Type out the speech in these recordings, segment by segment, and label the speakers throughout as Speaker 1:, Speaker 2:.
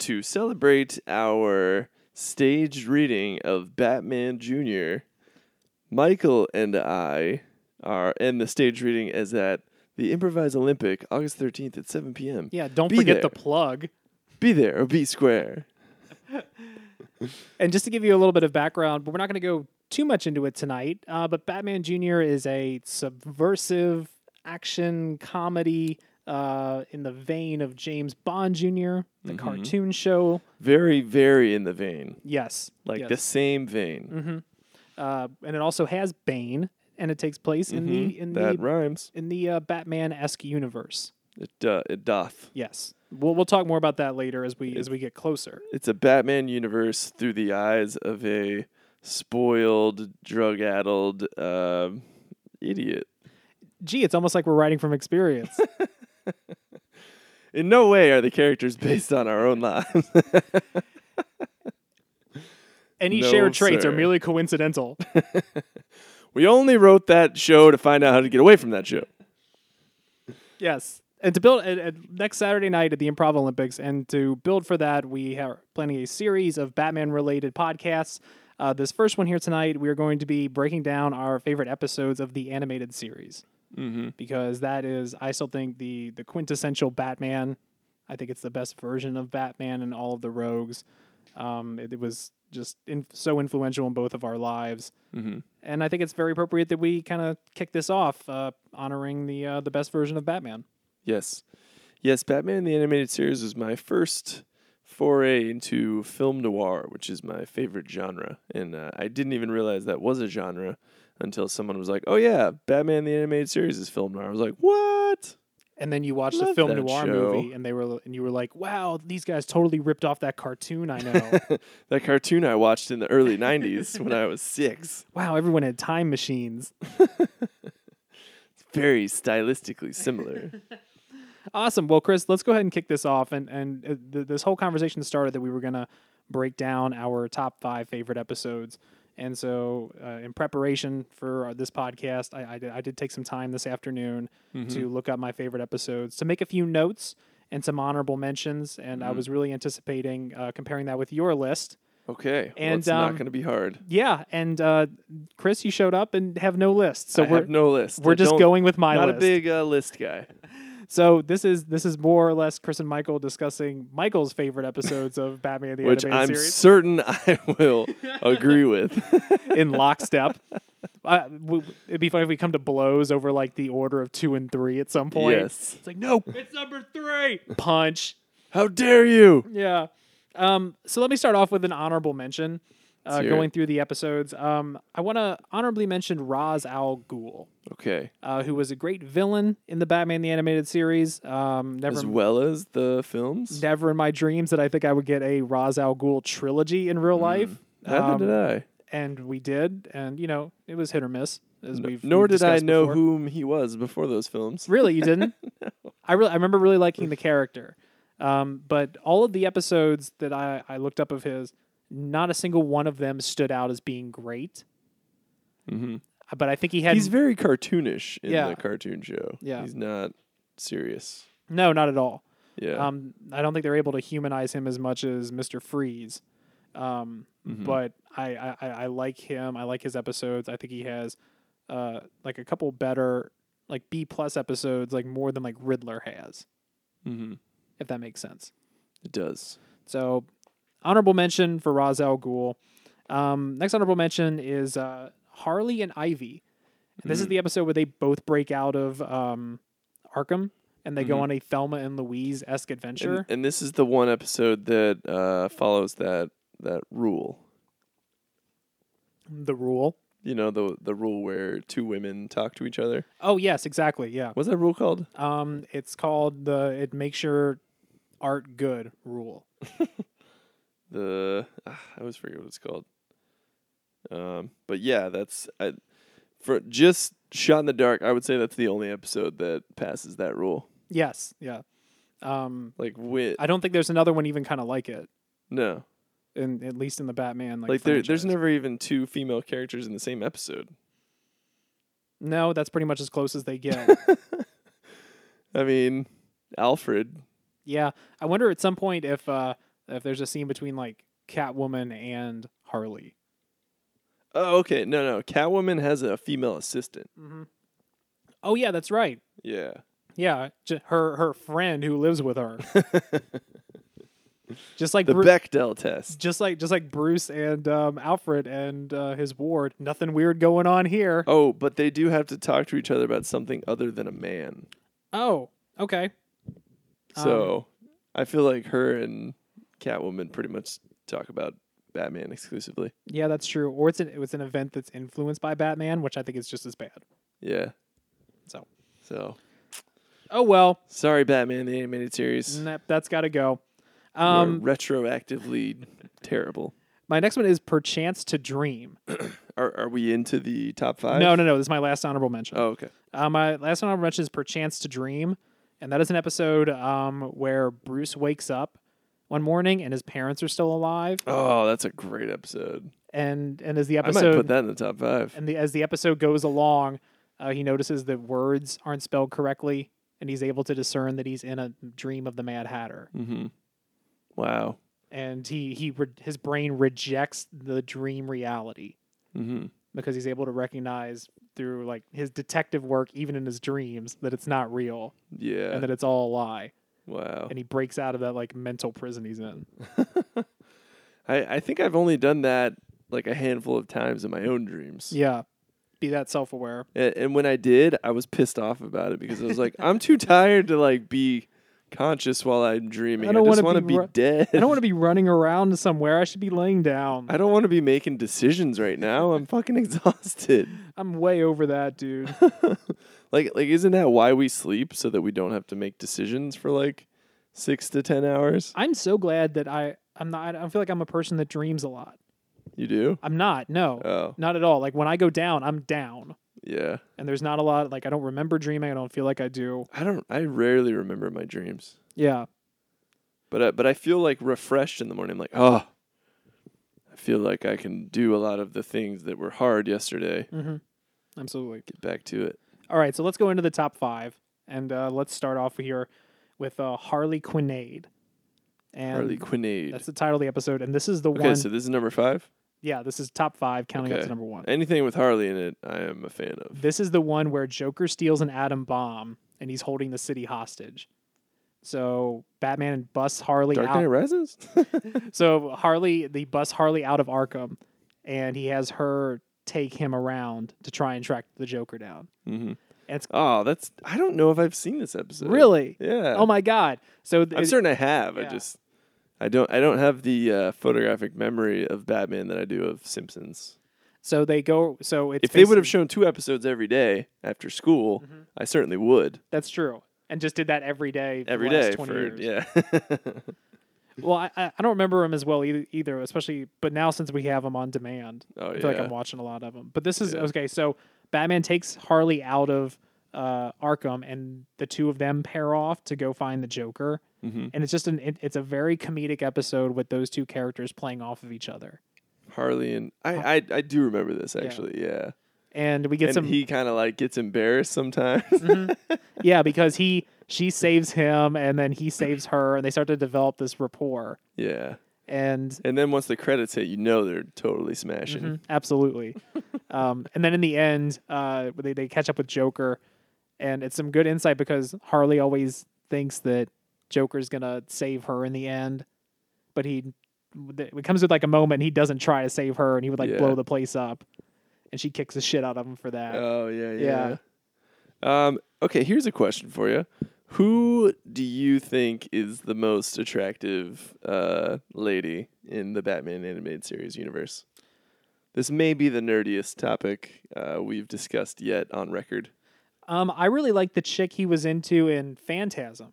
Speaker 1: to celebrate our staged reading of Batman Jr., Michael and I are, and the stage reading is at the Improvised Olympic, August 13th at 7 p.m.
Speaker 2: Yeah, don't
Speaker 1: Be
Speaker 2: forget
Speaker 1: there.
Speaker 2: the plug.
Speaker 1: Be there or be square.
Speaker 2: And just to give you a little bit of background, but we're not going to go too much into it tonight. Uh, but Batman Junior is a subversive action comedy uh, in the vein of James Bond Junior, the
Speaker 1: Mm-hmm.
Speaker 2: cartoon show.
Speaker 1: Very, very in the vein.
Speaker 2: Yes,
Speaker 1: Like
Speaker 2: yes.
Speaker 1: the same vein.
Speaker 2: Uh, and it also has Bane, and it takes place in the in
Speaker 1: Mm-hmm. That
Speaker 2: the
Speaker 1: rhymes.
Speaker 2: in the uh, Batman esque universe.
Speaker 1: It, uh, it doth.
Speaker 2: Yes, we'll we'll talk more about that later as we as we get closer.
Speaker 1: It's a Batman universe through the eyes of a spoiled, drug addled um idiot.
Speaker 2: Gee, it's almost like we're writing from experience.
Speaker 1: In no way are the characters based on our own lives.
Speaker 2: Any
Speaker 1: No,
Speaker 2: shared traits
Speaker 1: sir.
Speaker 2: are merely coincidental.
Speaker 1: we only wrote that show to find out how to get away from that show.
Speaker 2: Yes. And to build at, at next Saturday night at the Improv Olympics, and to build for that, we are planning a series of Batman related podcasts. Uh, this first one here tonight, we are going to be breaking down our favorite episodes of the animated series
Speaker 1: Mm-hmm.
Speaker 2: because that is, I still think, the, the quintessential Batman. I think it's the best version of Batman and all of the rogues. Um, it, it was just in, so influential in both of our lives.
Speaker 1: Mm-hmm.
Speaker 2: And I think it's very appropriate that we kind of kick this off, uh, honoring the, uh, the best version of Batman.
Speaker 1: Yes. Yes, Batman the Animated Series was my first foray into film noir, which is my favorite genre. And uh, I didn't even realize that was a genre until someone was like, oh, yeah, Batman the Animated Series is film noir. I was like, what?
Speaker 2: and then you watched
Speaker 1: Love
Speaker 2: a film
Speaker 1: that
Speaker 2: noir
Speaker 1: show.
Speaker 2: movie and they were and you were like wow these guys totally ripped off that cartoon i know
Speaker 1: That cartoon I watched in the early 90s when I was six.
Speaker 2: wow everyone had time machines
Speaker 1: Very stylistically similar.
Speaker 2: awesome well chris let's go ahead and kick this off and and uh, th- this whole conversation started that we were going to break down our top five favorite episodes and so uh, in preparation for uh, this podcast I, I, did, I did take some time this afternoon
Speaker 1: Mm-hmm.
Speaker 2: to look up my favorite episodes to make a few notes and some honorable mentions and
Speaker 1: Mm-hmm.
Speaker 2: i was really anticipating uh, comparing that with your list
Speaker 1: Okay. well,
Speaker 2: And,
Speaker 1: it's
Speaker 2: um,
Speaker 1: not going to be hard.
Speaker 2: Yeah, and uh, Chris, you showed up and have no list, so
Speaker 1: I
Speaker 2: we're
Speaker 1: have no list.
Speaker 2: we're
Speaker 1: I
Speaker 2: just
Speaker 1: don't-
Speaker 2: going with my
Speaker 1: Not
Speaker 2: list.
Speaker 1: a big uh, list guy.
Speaker 2: so this is this is more or less Chris and Michael discussing Michael's favorite episodes of Batman the
Speaker 1: which I'm
Speaker 2: animated series
Speaker 1: certain I will agree with.
Speaker 2: in lockstep. Uh, w- it'd be funny if we come to blows over like the order of two and three at some point.
Speaker 1: Yes.
Speaker 2: It's like no, it's number three. Punch.
Speaker 1: How dare you?
Speaker 2: Yeah. Um, so let me start off with an honorable mention. Uh,
Speaker 1: Let's hear
Speaker 2: going through the episodes, um, I want to honorably mention Raz Al Ghul.
Speaker 1: Okay.
Speaker 2: uh, who was a great villain in the Batman the Animated Series. Um, never,
Speaker 1: As well as the films?
Speaker 2: never in my dreams that I think I would get a Ra's al Ghul trilogy in
Speaker 1: Mm.
Speaker 2: real life,
Speaker 1: Neither
Speaker 2: Um,
Speaker 1: did I.
Speaker 2: and we did. And you know, it was hit or miss. As we've
Speaker 1: Nor
Speaker 2: we've
Speaker 1: did I
Speaker 2: discussed
Speaker 1: know
Speaker 2: before.
Speaker 1: whom he was before those films.
Speaker 2: Really, you didn't? I really, I remember really liking the character, um, but all of the episodes that I, I looked up of his, not a single one of them stood out as being great.
Speaker 1: Mhm.
Speaker 2: But I think he had
Speaker 1: He's very cartoonish in
Speaker 2: Yeah.
Speaker 1: the cartoon show.
Speaker 2: Yeah.
Speaker 1: He's not serious.
Speaker 2: no, not at all.
Speaker 1: Yeah.
Speaker 2: Um, I don't think they're able to humanize him as much as Mister Freeze, um,
Speaker 1: Mm-hmm.
Speaker 2: but I, I I- I like him. I like his episodes. I think he has uh, like a couple better like B plus episodes, like more than like Riddler has,
Speaker 1: hmm
Speaker 2: if that makes sense.
Speaker 1: It does.
Speaker 2: So, honorable mention for Ra's al Ghul. Um, next honorable mention is uh, Harley and Ivy. And this is the episode where they both break out of um, Arkham and they go on a Thelma and Louise esque
Speaker 1: And-
Speaker 2: adventure.
Speaker 1: And, this is the one episode that uh, follows that that rule.
Speaker 2: the rule.
Speaker 1: You know, the the rule where two women talk to each other.
Speaker 2: Oh yes, exactly. Yeah.
Speaker 1: What's that rule called?
Speaker 2: Um, it's called the it makes your art good rule.
Speaker 1: the ah, I always forget what it's called. Um, but yeah, that's I, for just shot in the dark. I would say that's the only episode that passes that rule.
Speaker 2: Yes. Yeah. Um,
Speaker 1: Like wit,
Speaker 2: I don't think there's another one even kind of like it.
Speaker 1: no,
Speaker 2: In at least in the Batman like,
Speaker 1: like there, there's
Speaker 2: franchise.
Speaker 1: never even two female characters in the same episode.
Speaker 2: no that's pretty much as close as they get.
Speaker 1: I mean, Alfred.
Speaker 2: yeah. I wonder at some point if uh if there's a scene between like Catwoman and Harley.
Speaker 1: Oh, okay. No, no. Catwoman has a female assistant.
Speaker 2: Oh yeah, that's right.
Speaker 1: Yeah.
Speaker 2: Yeah, j- her her friend who lives with her. just like
Speaker 1: The
Speaker 2: Bru-
Speaker 1: Bechdel test.
Speaker 2: just like just like Bruce and um, Alfred and uh, his ward. Nothing weird going on here. Oh,
Speaker 1: Oh, but they do have to talk to each other about something other than a man.
Speaker 2: okay. Um,
Speaker 1: So I feel like her and Catwoman pretty much talk about Batman exclusively.
Speaker 2: yeah, that's true. Or it's an it's an event that's influenced by Batman, which I think is just as bad.
Speaker 1: Yeah.
Speaker 2: So.
Speaker 1: So
Speaker 2: Oh well,
Speaker 1: sorry, Batman the animated series.
Speaker 2: that, that's got to go.
Speaker 1: We're
Speaker 2: Um,
Speaker 1: retroactively terrible.
Speaker 2: my next one is Perchance to Dream.
Speaker 1: Are are we into the top five?
Speaker 2: no, no, no. This is my last honorable mention.
Speaker 1: Oh, okay.
Speaker 2: Uh, my last honorable mention is Perchance to Dream, and that is an episode um, where Bruce wakes up one morning and his parents are still alive,
Speaker 1: Oh, that's a great episode.
Speaker 2: and and as the
Speaker 1: I might
Speaker 2: episode
Speaker 1: put that in the top five.
Speaker 2: and the, as the episode goes along, uh, he notices that words aren't spelled correctly, and he's able to discern that he's in a dream of the Mad Hatter.
Speaker 1: Mm-hmm. Wow.
Speaker 2: And he he re- his brain rejects the dream reality
Speaker 1: Mm-hmm.
Speaker 2: because he's able to recognize through like his detective work, even in his dreams, that it's not real
Speaker 1: Yeah.
Speaker 2: and that it's all a lie.
Speaker 1: Wow.
Speaker 2: And he breaks out of that like mental prison he's in.
Speaker 1: I, I think I've only done that like a handful of times in my own dreams.
Speaker 2: Yeah, be that self aware.
Speaker 1: A- And, when I did, I was pissed off about it because I was like, I'm too tired to like be conscious while I'm dreaming.
Speaker 2: I
Speaker 1: I,
Speaker 2: don't
Speaker 1: just
Speaker 2: wanna
Speaker 1: want to
Speaker 2: be
Speaker 1: be
Speaker 2: ru-
Speaker 1: dead.
Speaker 2: I don't want to be running around somewhere. I should be laying down.
Speaker 1: I don't want to be making decisions right now. I'm fucking exhausted.
Speaker 2: I'm way over that, dude.
Speaker 1: Like like isn't that why we sleep so that we don't have to make decisions for like 6 to 10 hours?
Speaker 2: I'm so glad that I I'm not. I don't feel like I'm a person that dreams a lot.
Speaker 1: You do?
Speaker 2: I'm not. No,
Speaker 1: Oh,
Speaker 2: not at all. Like when I go down, I'm down,
Speaker 1: yeah.
Speaker 2: and there's not a lot. Like I don't remember dreaming. I don't feel like I do.
Speaker 1: I don't I rarely remember my dreams.
Speaker 2: Yeah,
Speaker 1: But I, but I feel like refreshed in the morning. I'm like, oh, I feel like I can do a lot of the things that were hard yesterday.
Speaker 2: mm-hmm. absolutely.
Speaker 1: Get back to it.
Speaker 2: All right, so let's go into the top five, and uh, let's start off here with uh, Harley Quinade. And
Speaker 1: Harley Quinade.
Speaker 2: That's the title of the episode, and this is the
Speaker 1: Okay,
Speaker 2: one.
Speaker 1: so this is number five.
Speaker 2: yeah, this is top five, counting up
Speaker 1: Okay.
Speaker 2: to number one.
Speaker 1: Anything with Harley in it, I am a fan of.
Speaker 2: This is the one where Joker steals an atom bomb, and he's holding the city hostage. So Batman busts Harley
Speaker 1: Dark
Speaker 2: out.
Speaker 1: Knight Rises.
Speaker 2: So Harley, they bust Harley out of Arkham, and he has her take him around to try and track the Joker down.
Speaker 1: hmm
Speaker 2: And it's
Speaker 1: Oh, that's. I don't know if I've seen this episode.
Speaker 2: really,
Speaker 1: Yeah.
Speaker 2: oh my god! So th-
Speaker 1: I'm
Speaker 2: it-
Speaker 1: certain I have.
Speaker 2: yeah.
Speaker 1: I just. I don't. I don't have the uh, photographic memory of Batman that I do of Simpsons.
Speaker 2: so they go. So it's
Speaker 1: If they would have
Speaker 2: basically- Mm-hmm.
Speaker 1: shown two episodes every day after school, I certainly would.
Speaker 2: that's true, and just did that every day. for
Speaker 1: Every
Speaker 2: the last
Speaker 1: day
Speaker 2: 20
Speaker 1: for
Speaker 2: years.
Speaker 1: yeah.
Speaker 2: Well, I, I I don't remember him as well either, either, especially. But now since we have him on demand,
Speaker 1: Oh
Speaker 2: I
Speaker 1: yeah.
Speaker 2: feel like I'm watching a lot of them. But this is
Speaker 1: Yeah.
Speaker 2: okay. So Batman takes Harley out of uh, Arkham, and the two of them pair off to go find the Joker.
Speaker 1: Mhm.
Speaker 2: And it's just an it, it's a very comedic episode with those two characters playing off of each other,
Speaker 1: Harley and I, I I do remember this actually. Yeah.
Speaker 2: and we get
Speaker 1: And
Speaker 2: some Mhm.
Speaker 1: he kind of like gets embarrassed sometimes.
Speaker 2: yeah because he she saves him and then he saves her, and they start to develop this rapport.
Speaker 1: yeah.
Speaker 2: And
Speaker 1: And then once the credits hit, you know they're totally smashing.
Speaker 2: Mhm, absolutely. um, and then in the end, uh, they, they catch up with Joker, and it's some good insight because Harley always thinks that Joker's gonna save her in the end, but he th- it comes with like a moment he doesn't try to save her, and he would like
Speaker 1: Yeah.
Speaker 2: blow the place up, and she kicks the shit out of him for that.
Speaker 1: Oh yeah, yeah. Um. Okay. Here's a question for you. Who do you think is the most attractive uh, lady in the Batman animated series universe? This may be the nerdiest topic uh, we've discussed yet on record.
Speaker 2: Um, I really like the chick he was into in Phantasm.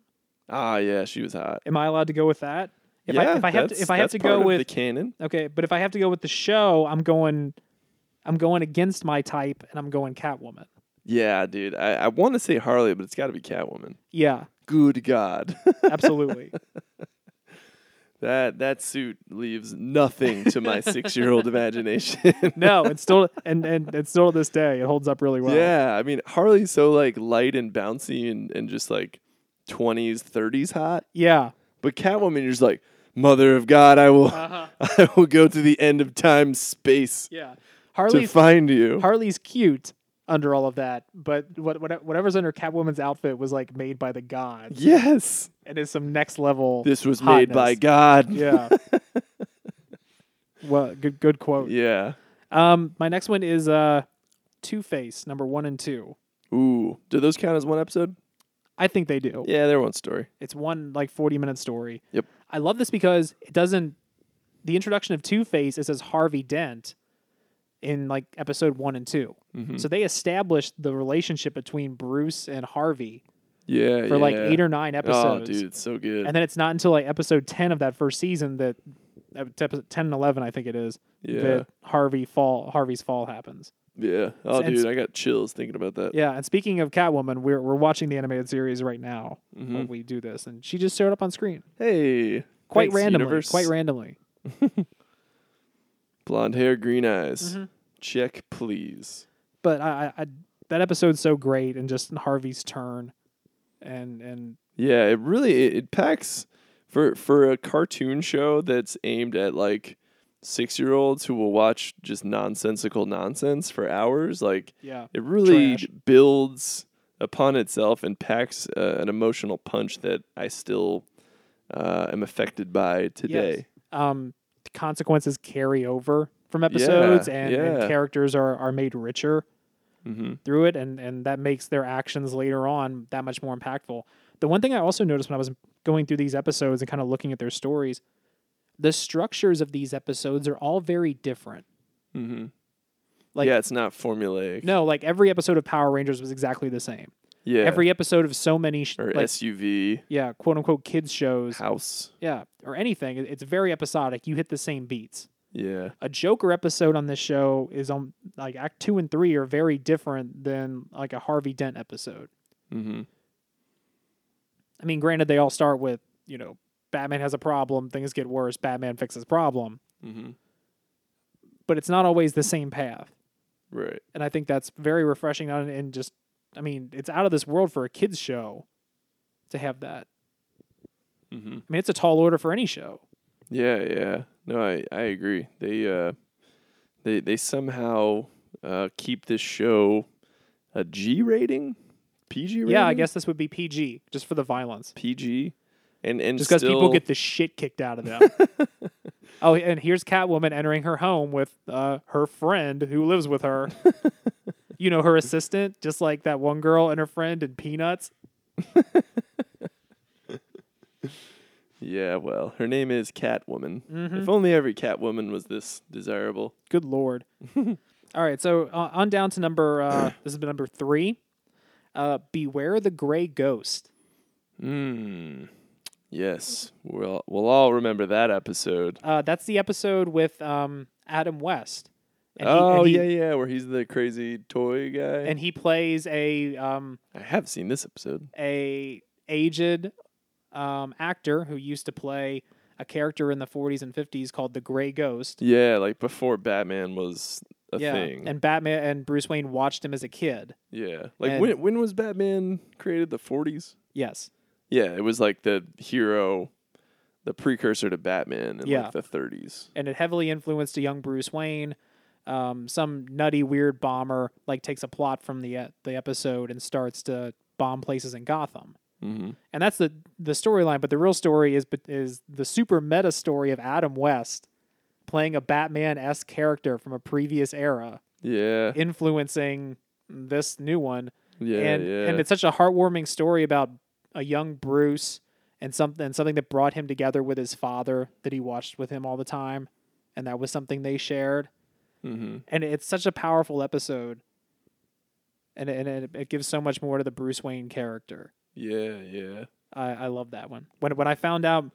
Speaker 1: Ah, yeah, she was hot.
Speaker 2: Am I allowed to go with that? If
Speaker 1: yeah,
Speaker 2: I, if I have
Speaker 1: that's-
Speaker 2: to, if I have
Speaker 1: that's
Speaker 2: to
Speaker 1: part
Speaker 2: go
Speaker 1: of
Speaker 2: with
Speaker 1: the canon.
Speaker 2: Okay, but if I have to go with the show, I'm going I'm going against my type and I'm going Catwoman.
Speaker 1: Yeah, dude. I, I want to say Harley, but it's got to be Catwoman.
Speaker 2: Yeah,
Speaker 1: Good God,
Speaker 2: absolutely.
Speaker 1: that that suit leaves nothing to my six year old imagination.
Speaker 2: no, it's still and, and it's still to this day. It holds up really well.
Speaker 1: Yeah, I mean Harley's so like light and bouncy and and just like twenties, thirties hot,
Speaker 2: Yeah.
Speaker 1: but Catwoman you're just like Mother of God, I will
Speaker 2: Uh-huh.
Speaker 1: I will go to the end of time space
Speaker 2: Yeah.
Speaker 1: to
Speaker 2: Harley's
Speaker 1: find you.
Speaker 2: Harley's cute under all of that, but what, what whatever's under Catwoman's outfit was like made by the gods
Speaker 1: yes.
Speaker 2: and is some next level.
Speaker 1: This was made by
Speaker 2: Hotness.
Speaker 1: God.
Speaker 2: yeah. well, good good quote.
Speaker 1: Yeah.
Speaker 2: Um, my next one is uh, Two Face number one and two.
Speaker 1: Ooh. Do those count as one episode?
Speaker 2: I think they do.
Speaker 1: Yeah, they're one story.
Speaker 2: It's one like forty minute story.
Speaker 1: Yep.
Speaker 2: I love this because it doesn't. The introduction of Two Face is as Harvey Dent in like episode one and 2
Speaker 1: Mm-hmm.
Speaker 2: so they established the relationship between Bruce and Harvey
Speaker 1: Yeah.
Speaker 2: for like
Speaker 1: yeah.
Speaker 2: eight or nine episodes.
Speaker 1: Oh, dude, it's so good.
Speaker 2: And then it's not until like episode 10 of that first season that uh, te- 10 and 11 I think it is
Speaker 1: Yeah.
Speaker 2: that Harvey fall Harvey's fall happens.
Speaker 1: yeah. Oh,
Speaker 2: and-
Speaker 1: dude, I got chills thinking about that.
Speaker 2: Yeah, and speaking of Catwoman, we're we're watching the animated series right now
Speaker 1: Mhm.
Speaker 2: when we do this and she just showed up on screen
Speaker 1: Hey.
Speaker 2: quite
Speaker 1: thanks,
Speaker 2: randomly,
Speaker 1: universe.
Speaker 2: quite randomly.
Speaker 1: Blonde hair, green eyes.
Speaker 2: Mhm.
Speaker 1: Check, please.
Speaker 2: But I, I, I that episode's so great and just Harvey's turn and and
Speaker 1: Yeah, it really it, it packs for for a cartoon show that's aimed at like six year olds who will watch just nonsensical nonsense for hours. Like
Speaker 2: yeah.
Speaker 1: it really
Speaker 2: Trash.
Speaker 1: builds upon itself and packs uh, an emotional punch that I still uh, am affected by today.
Speaker 2: Um consequences carry over from episodes and,
Speaker 1: yeah.
Speaker 2: and characters are are made richer.
Speaker 1: Mm-hmm.
Speaker 2: through it and and that makes their actions later on that much more impactful the one thing i also noticed when i was going through these episodes and kind of looking at their stories the structures of these episodes are all very different
Speaker 1: Mm-hmm.
Speaker 2: Like-
Speaker 1: yeah, it's not formulaic.
Speaker 2: no like every episode of power rangers was exactly the same
Speaker 1: yeah,
Speaker 2: every episode of so many sh-
Speaker 1: or
Speaker 2: like,
Speaker 1: SUV
Speaker 2: yeah quote unquote kids shows
Speaker 1: house.
Speaker 2: yeah or anything It- it's very episodic you hit the same beats
Speaker 1: Yeah,
Speaker 2: a Joker episode on this show is on like Act Two and Three are very different than like a Harvey Dent episode.
Speaker 1: mm-hmm.
Speaker 2: I mean, granted, they all start with, you know, Batman has a problem, things get worse, Batman fixes the problem,
Speaker 1: Mm-hmm.
Speaker 2: but it's not always the same path.
Speaker 1: right.
Speaker 2: And I think that's very refreshing on and just I mean, it's out of this world for a kids show to have that.
Speaker 1: Mm-hmm.
Speaker 2: I mean, it's a tall order for any show.
Speaker 1: Yeah, yeah. No, I, I agree. They uh they they somehow uh keep this show a G rating? PG rating?
Speaker 2: Yeah, I guess this would be PG just for the violence.
Speaker 1: PG. And and
Speaker 2: Just because people
Speaker 1: still-
Speaker 2: get the shit kicked out of them. oh, and here's Catwoman entering her home with uh, her friend who lives with her. you know, her assistant, just like that one girl and her friend in Peanuts.
Speaker 1: Yeah, well, her name is Catwoman.
Speaker 2: Mhm.
Speaker 1: If only every Catwoman was this desirable.
Speaker 2: Good lord. All right, so uh, on down to number. Uh, this has been number three. Uh, Beware the gray ghost.
Speaker 1: Mm. Yes. We'll we'll all remember that episode.
Speaker 2: Uh, that's the episode with um, Adam West. And he,
Speaker 1: oh
Speaker 2: and he,
Speaker 1: yeah, yeah, where he's the crazy toy guy.
Speaker 2: And he plays a um,
Speaker 1: I have seen this episode.
Speaker 2: a aged um, actor who used to play a character in the 40s and 50s called the Gray Ghost.
Speaker 1: Yeah, like before Batman was a thing.
Speaker 2: and Batman and Bruce Wayne watched him as a kid.
Speaker 1: Yeah. Like
Speaker 2: And-
Speaker 1: when when was Batman created? The 40s?
Speaker 2: Yes,
Speaker 1: Yeah, it was like the hero the precursor to Batman in
Speaker 2: Yeah.
Speaker 1: like the 30s.
Speaker 2: and it heavily influenced a young Bruce Wayne. Um, some nutty, weird bomber like takes a plot from the e- the episode and starts to bomb places in Gotham,
Speaker 1: Mm-hmm.
Speaker 2: and that's the the storyline. But the real story is is the super meta story of Adam West playing a Batman esque character from a previous era,
Speaker 1: Yeah.
Speaker 2: influencing this new one.
Speaker 1: Yeah,
Speaker 2: and
Speaker 1: yeah.
Speaker 2: and it's such a heartwarming story about a young Bruce and something and something that brought him together with his father that he watched with him all the time, and that was something they shared.
Speaker 1: mm-hmm.
Speaker 2: And it's such a powerful episode, and it- and it, it gives so much more to the Bruce Wayne character.
Speaker 1: Yeah, yeah.
Speaker 2: I, I love that one. When when I found out,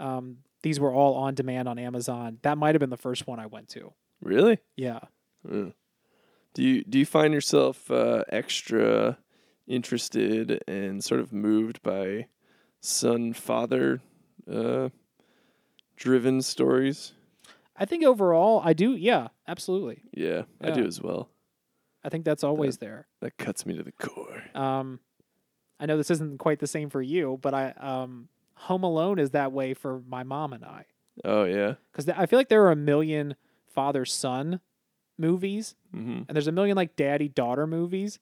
Speaker 2: um, these were all on demand on Amazon. That might have been the first one I went to.
Speaker 1: Really?
Speaker 2: Yeah.
Speaker 1: Mm. Do you do you find yourself uh, extra interested and sort of moved by son father uh, driven stories?
Speaker 2: I think overall, I do. Yeah, absolutely.
Speaker 1: Yeah, I
Speaker 2: Yeah.
Speaker 1: do as well.
Speaker 2: I think
Speaker 1: uh,
Speaker 2: that's always there.
Speaker 1: That cuts me to the core.
Speaker 2: Um, I know this isn't quite the same for you, but I um, Home Alone is that way for my mom and I
Speaker 1: Oh yeah.
Speaker 2: because I feel like there are a million father son movies
Speaker 1: Mm-hmm.
Speaker 2: and there's a million like daddy daughter movies.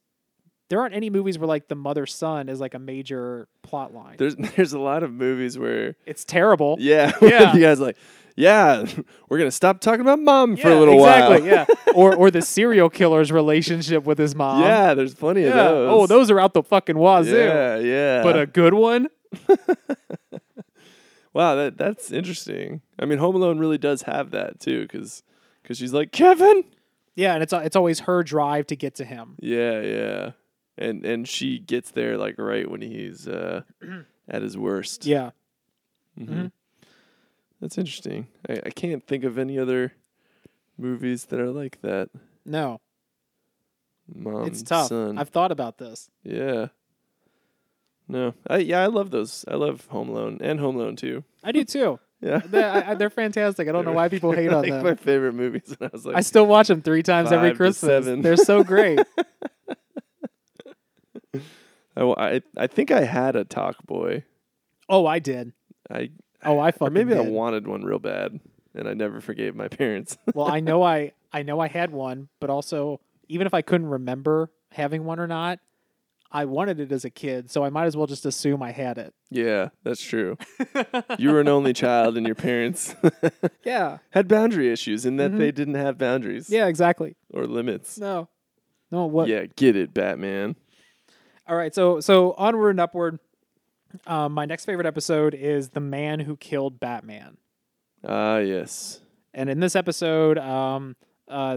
Speaker 2: There aren't any movies where like the mother son is like a major plot line.
Speaker 1: There's there's a lot of movies where
Speaker 2: it's terrible.
Speaker 1: yeah,
Speaker 2: Yeah.
Speaker 1: you guys like yeah, we're gonna stop talking about mom for a
Speaker 2: Yeah,
Speaker 1: little
Speaker 2: exactly,
Speaker 1: while.
Speaker 2: yeah. Or or the serial killer's relationship with his mom.
Speaker 1: yeah, there's plenty
Speaker 2: Yeah.
Speaker 1: of those.
Speaker 2: Oh, those are out the fucking wazoo.
Speaker 1: Yeah, yeah.
Speaker 2: But uh, a good one.
Speaker 1: wow, that that's interesting. I mean, Home Alone really does have that too, because she's like Kevin.
Speaker 2: Yeah, and it's uh, it's always her drive to get to him.
Speaker 1: Yeah, yeah. And and she gets there like right when he's uh, at his worst.
Speaker 2: Yeah.
Speaker 1: Mhm.
Speaker 2: Mhm.
Speaker 1: That's interesting. I, I can't think of any other movies that are like that.
Speaker 2: No,
Speaker 1: Mom,
Speaker 2: it's tough.
Speaker 1: son.
Speaker 2: I've thought about this.
Speaker 1: Yeah. No, I yeah, I love those. I love Home Alone and Home Alone too.
Speaker 2: I do too.
Speaker 1: Yeah,
Speaker 2: They're, I, I- they're fantastic. I don't know why people hate on
Speaker 1: like
Speaker 2: them.
Speaker 1: my favorite movies. And I was like,
Speaker 2: I still watch them three times every
Speaker 1: five to
Speaker 2: Christmas.
Speaker 1: seven.
Speaker 2: They're so great.
Speaker 1: I, wa- I, I think I had a Talk Boy.
Speaker 2: oh, I did.
Speaker 1: I
Speaker 2: Oh, I
Speaker 1: or
Speaker 2: fucking
Speaker 1: maybe I
Speaker 2: did.
Speaker 1: wanted one real bad, and I never forgave my parents.
Speaker 2: well, I know I I know I had one, but also even if I couldn't remember having one or not, I wanted it as a kid, so I might as well just assume I had it.
Speaker 1: yeah, that's true. you were an only child, and your parents
Speaker 2: Yeah.
Speaker 1: had boundary issues in that
Speaker 2: Mhm.
Speaker 1: they didn't have boundaries
Speaker 2: Yeah, exactly.
Speaker 1: or limits.
Speaker 2: No. No, what
Speaker 1: Yeah, get it, Batman.
Speaker 2: All right, so so onward and upward. Um, my next favorite episode is the man who killed Batman,
Speaker 1: Ah, yes.
Speaker 2: and in this episode, um, uh,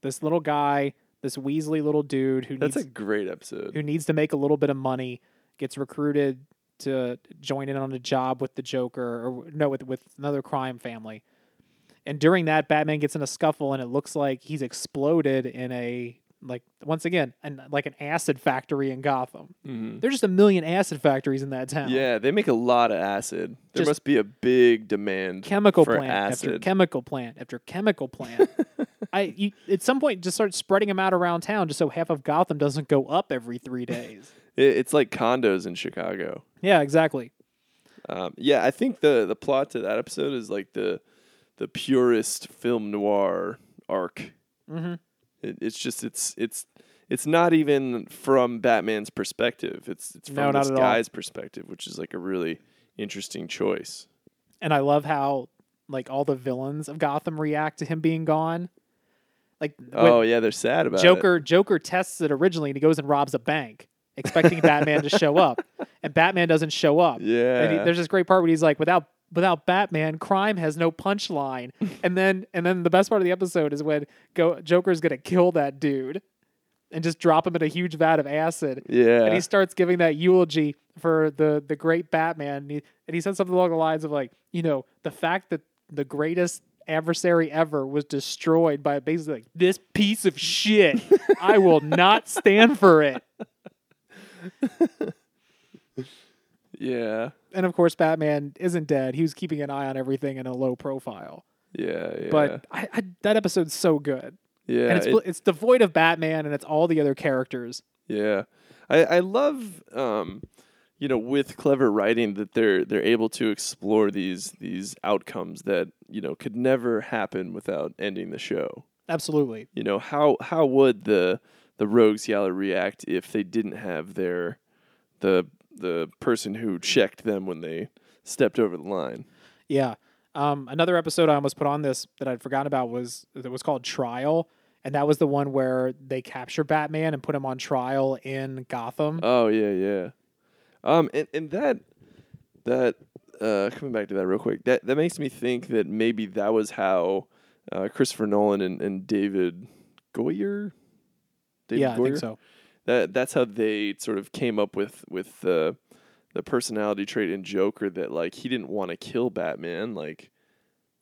Speaker 2: this little guy, this Weasley little dude who
Speaker 1: That's a
Speaker 2: needs
Speaker 1: great episode.
Speaker 2: who needs to make a little bit of money gets recruited to join in on a job with the Joker, or no, with with another crime family. And during that, Batman gets in a scuffle, and it looks like he's exploded in a like once again, an, like an acid factory in Gotham.
Speaker 1: hmm
Speaker 2: There's just a million acid factories in that town.
Speaker 1: Yeah, they make a lot of acid. There
Speaker 2: Just-
Speaker 1: must be a big demand.
Speaker 2: Chemical
Speaker 1: for
Speaker 2: plant after
Speaker 1: acid.
Speaker 2: chemical plant after chemical plant. I you, at some point just start spreading them out around town, just so half of Gotham doesn't go up every three days.
Speaker 1: It- it's like condos in Chicago.
Speaker 2: yeah, exactly.
Speaker 1: Um, yeah, I think the the plot to that episode is like the the purest film noir arc.
Speaker 2: hmm
Speaker 1: It, it's just it's it's it's not even from Batman's perspective. It's it's from
Speaker 2: No, not
Speaker 1: this
Speaker 2: at all.
Speaker 1: guy's perspective, which is like a really interesting choice.
Speaker 2: And I love how like all the villains of Gotham react to him being gone. Like when
Speaker 1: oh yeah, they're sad about it.
Speaker 2: Joker, Joker tests it originally, and he goes and robs a bank, expecting Batman to show up, and Batman doesn't show up. And he-
Speaker 1: Yeah.
Speaker 2: there's this great part where he's like, without without Batman, crime has no punchline. and then and then the best part of the episode is when Go- Joker's gonna kill that dude and just drop him in a huge vat of acid.
Speaker 1: yeah.
Speaker 2: And he starts giving that eulogy for the the great Batman. And he, and he said something along the lines of like, you know, the fact that the greatest adversary ever was destroyed by basically like this piece of shit. I will not stand for it.
Speaker 1: yeah.
Speaker 2: And of course, Batman isn't dead. He was keeping an eye on everything in a low profile.
Speaker 1: Yeah, yeah.
Speaker 2: But I, I, that episode's so good,
Speaker 1: yeah,
Speaker 2: and it's
Speaker 1: it-
Speaker 2: it's devoid of Batman, and it's all the other characters.
Speaker 1: Yeah, I, I love um, you know with clever writing that they're they're able to explore these these outcomes that you know could never happen without ending the show.
Speaker 2: Absolutely.
Speaker 1: You know how how would the the rogues gallery react if they didn't have their the the person who checked them when they stepped over the line?
Speaker 2: Yeah. Um, another episode I almost put on this that I'd forgotten about was that was called Trial, and that was the one where they capture Batman and put him on trial in Gotham.
Speaker 1: Oh yeah, yeah. Um, and and that that uh, coming back to that real quick, that that makes me think that maybe that was how uh, Christopher Nolan and, and David Goyer, David
Speaker 2: yeah, I think
Speaker 1: Goyer?
Speaker 2: so.
Speaker 1: That that's how they sort of came up with with the the personality trait in Joker that like he didn't want to kill Batman, like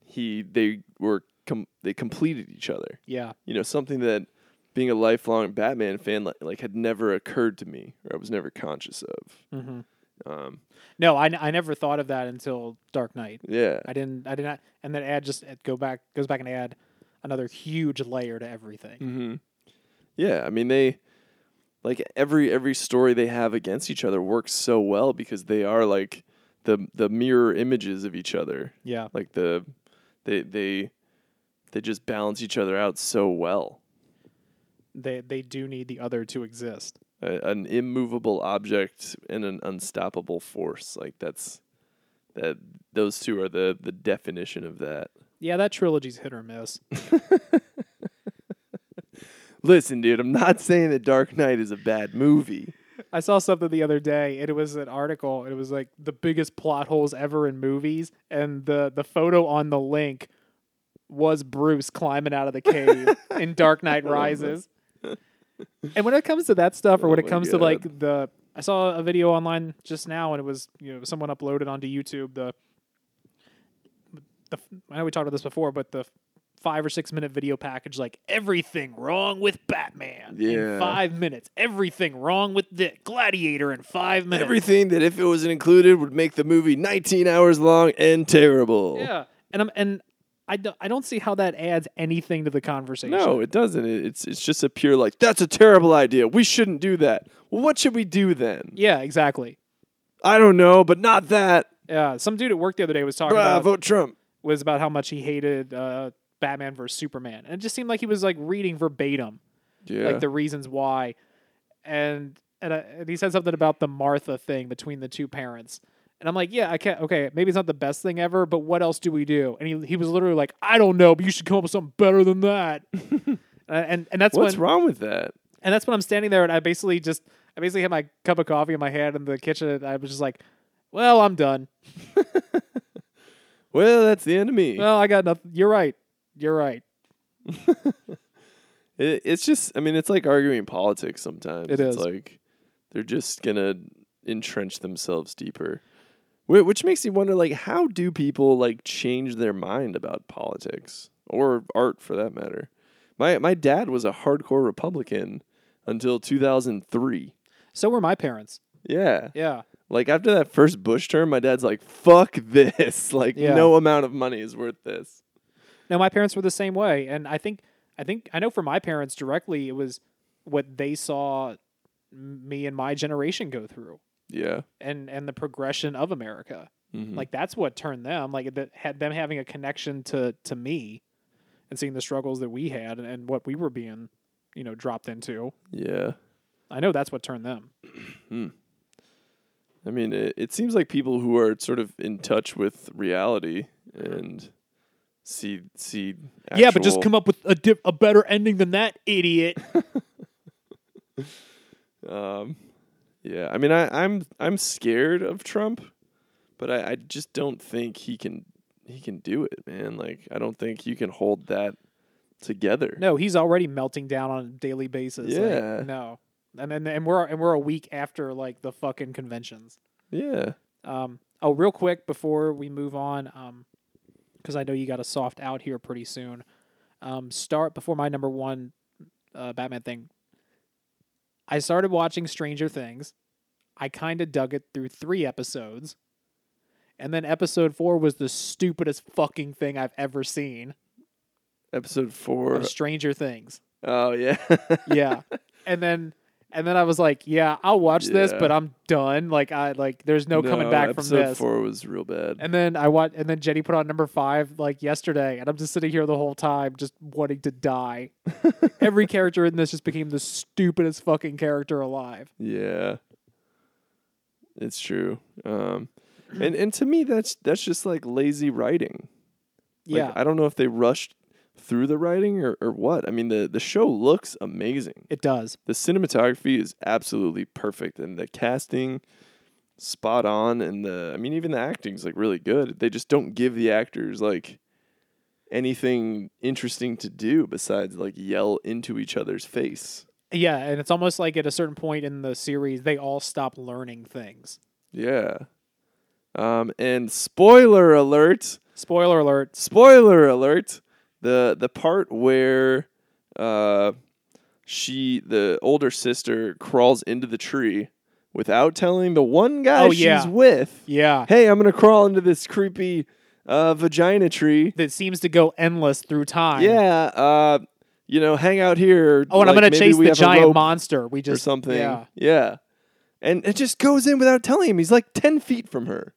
Speaker 1: he they were com- they completed each other
Speaker 2: Yeah,
Speaker 1: you know something that being a lifelong Batman fan like, like had never occurred to me or I was never conscious of.
Speaker 2: hmm
Speaker 1: Um,
Speaker 2: no, I, I never thought of that until Dark Knight.
Speaker 1: yeah,
Speaker 2: I didn't, I did not, and then add just go back goes back and add another huge layer to everything.
Speaker 1: mm-hmm. yeah. I mean they like every every story they have against each other works so well because they are like the the mirror images of each other.
Speaker 2: Yeah.
Speaker 1: Like the they they they just balance each other out so well.
Speaker 2: They they do need the other to exist.
Speaker 1: A, an immovable object and an unstoppable force. Like that's that those two are the the definition of that.
Speaker 2: Yeah, that trilogy's hit or miss.
Speaker 1: Listen, dude, I'm not saying that Dark Knight is a bad movie.
Speaker 2: I saw something the other day. and It was an article. It was like the biggest plot holes ever in movies, and the the photo on the link was Bruce climbing out of the cave in Dark Knight Rises. and when it comes to that stuff, or when
Speaker 1: Oh
Speaker 2: it
Speaker 1: my
Speaker 2: comes to
Speaker 1: God.
Speaker 2: like the, I saw a video online just now, and it was you know someone uploaded onto YouTube the, the I know we talked about this before, but the five or six minute video package like everything wrong with Batman in
Speaker 1: Yeah.
Speaker 2: five minutes, everything wrong with the Gladiator in five minutes,
Speaker 1: Everything that if it was included would make the movie 19 hours long and terrible.
Speaker 2: yeah, and I'm and. I don't, I don't see how that adds anything to the conversation.
Speaker 1: No, it doesn't. It- It's it's just a pure like that's a terrible idea. We shouldn't do that. Well, what should we do then?
Speaker 2: Yeah, exactly.
Speaker 1: I don't know, but not that.
Speaker 2: Yeah, some dude at work the other day was talking
Speaker 1: Bruh,
Speaker 2: about
Speaker 1: vote Trump.
Speaker 2: was about how much he hated uh, Batman versus Superman, and it just seemed like he was like reading verbatim
Speaker 1: Yeah.
Speaker 2: like the reasons why, and and, uh, and he said something about the Martha thing between the two parents, and I'm like, yeah, I can't. Okay, maybe it's not the best thing ever, but what else do we do? And he he was literally like, I don't know, but you should come up with something better than that. Uh, and and that's
Speaker 1: What's
Speaker 2: when
Speaker 1: wrong with that?
Speaker 2: and that's when I'm standing there and I basically just I basically had my cup of coffee in my hand in the kitchen and I was just like, well, I'm done.
Speaker 1: Well, that's the enemy.
Speaker 2: Well, I got nothing. You're right. You're right.
Speaker 1: It, it's just, I mean, it's like arguing politics sometimes.
Speaker 2: It
Speaker 1: it's
Speaker 2: is.
Speaker 1: like they're just gonna entrench themselves deeper, Wh- which makes me wonder, like, how do people like change their mind about politics or art for that matter? My my dad was a hardcore Republican until 2003.
Speaker 2: So were my parents.
Speaker 1: Yeah,
Speaker 2: Yeah.
Speaker 1: like after that first Bush term, my dad's like, "Fuck this! Like,
Speaker 2: Yeah.
Speaker 1: no amount of money is worth this."
Speaker 2: No, my parents were the same way, and I think I think I know for my parents directly, it was what they saw m- me and my generation go through,
Speaker 1: Yeah,
Speaker 2: and and the progression of America.
Speaker 1: Mhm.
Speaker 2: Like that's what turned them. Like that had them having a connection to to me, and seeing the struggles that we had and, and what we were being, you know, dropped into.
Speaker 1: yeah.
Speaker 2: I know that's what turned them.
Speaker 1: I mean, it, it seems like people who are sort of in touch with reality and see see. Actual,
Speaker 2: Yeah, but just come up with a dip, a better ending than that, idiot.
Speaker 1: Um, yeah, I mean, I, I'm I'm scared of Trump, but I, I just don't think he can he can do it, man. Like, I don't think you can hold that together.
Speaker 2: No, he's already melting down on a daily basis. Like,
Speaker 1: Yeah.
Speaker 2: no, and then and we're and we're a week after like the fucking conventions.
Speaker 1: Yeah.
Speaker 2: Um. Oh, real quick before we move on, um, because I know you got a soft out here pretty soon. Um, start before my number one, uh, Batman thing. I started watching Stranger Things. I kind of dug it through three episodes, and then episode four was the stupidest fucking thing I've ever seen
Speaker 1: Episode four.
Speaker 2: of Stranger Things.
Speaker 1: Oh yeah.
Speaker 2: yeah and then and then i was like yeah i'll watch this
Speaker 1: Yeah.
Speaker 2: but i'm done like i like there's no, coming back from
Speaker 1: episode
Speaker 2: this
Speaker 1: four was real bad.
Speaker 2: and then i want and then jenny put on number five like yesterday and i'm just sitting here the whole time just wanting to die every character in this just became the stupidest fucking character alive
Speaker 1: Yeah. It's true. Um and and to me that's that's just like lazy writing. Like,
Speaker 2: yeah
Speaker 1: I don't know if they rushed through the writing or, or what. I mean the the show looks amazing.
Speaker 2: it does
Speaker 1: The cinematography is absolutely perfect and the casting spot on and the I mean even the acting's like really good. They just don't give the actors like anything interesting to do besides like yell into each other's face.
Speaker 2: yeah and it's almost like at a certain point in the series they all stop learning things
Speaker 1: Yeah. Um, and spoiler alert,
Speaker 2: spoiler alert
Speaker 1: spoiler alert, the the part where uh she the older sister crawls into the tree without telling the one guy
Speaker 2: Oh,
Speaker 1: she's
Speaker 2: yeah.
Speaker 1: with,
Speaker 2: yeah
Speaker 1: "Hey, I'm going to crawl into this creepy uh vagina tree."
Speaker 2: that seems to go endless through time
Speaker 1: Yeah, uh you know, hang out here.
Speaker 2: oh and i'm
Speaker 1: like,
Speaker 2: gonna
Speaker 1: maybe
Speaker 2: chase
Speaker 1: we
Speaker 2: the
Speaker 1: have a
Speaker 2: giant
Speaker 1: rope
Speaker 2: monster we
Speaker 1: or
Speaker 2: just
Speaker 1: something.
Speaker 2: yeah
Speaker 1: yeah. And it just goes in without telling him. He's like 10 feet from her.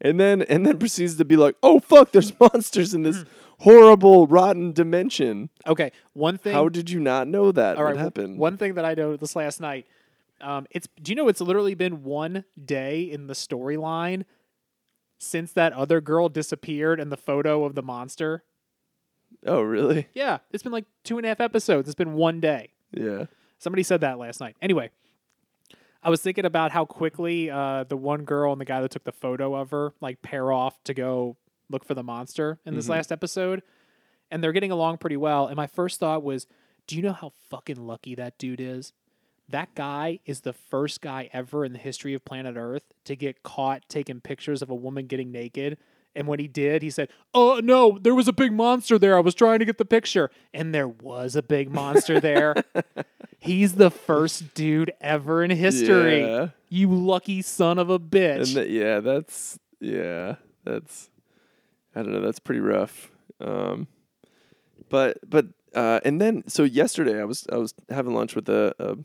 Speaker 1: and then and then proceeds to be like, "Oh fuck, there's monsters in this horrible, rotten dimension."
Speaker 2: Okay, one thing.
Speaker 1: How did you not know that?
Speaker 2: all right,
Speaker 1: what
Speaker 2: w-
Speaker 1: happened?
Speaker 2: One thing that I noticed this last night. Um, it's do you know it's literally been one day in the storyline since that other girl disappeared and the photo of the monster.
Speaker 1: Oh, really?
Speaker 2: Yeah, it's been like two and a half episodes. It's been one day.
Speaker 1: Yeah.
Speaker 2: Somebody said that last night. Anyway, I was thinking about how quickly uh, the one girl and the guy that took the photo of her like pair off to go look for the monster in this
Speaker 1: Mhm.
Speaker 2: last episode, and they're getting along pretty well. And my first thought was, do you know how fucking lucky that dude is? That guy is the first guy ever in the history of planet Earth to get caught taking pictures of a woman getting naked. And when he did, he said, Oh, no, there was a big monster there. I was trying to get the picture. And there was a big monster there. He's the first dude ever in history.
Speaker 1: Yeah.
Speaker 2: You lucky son of a
Speaker 1: And
Speaker 2: bitch.
Speaker 1: tha- yeah, that's yeah, that's I don't know, that's pretty rough. Um, but but uh, and then so yesterday I was I was having lunch with a, a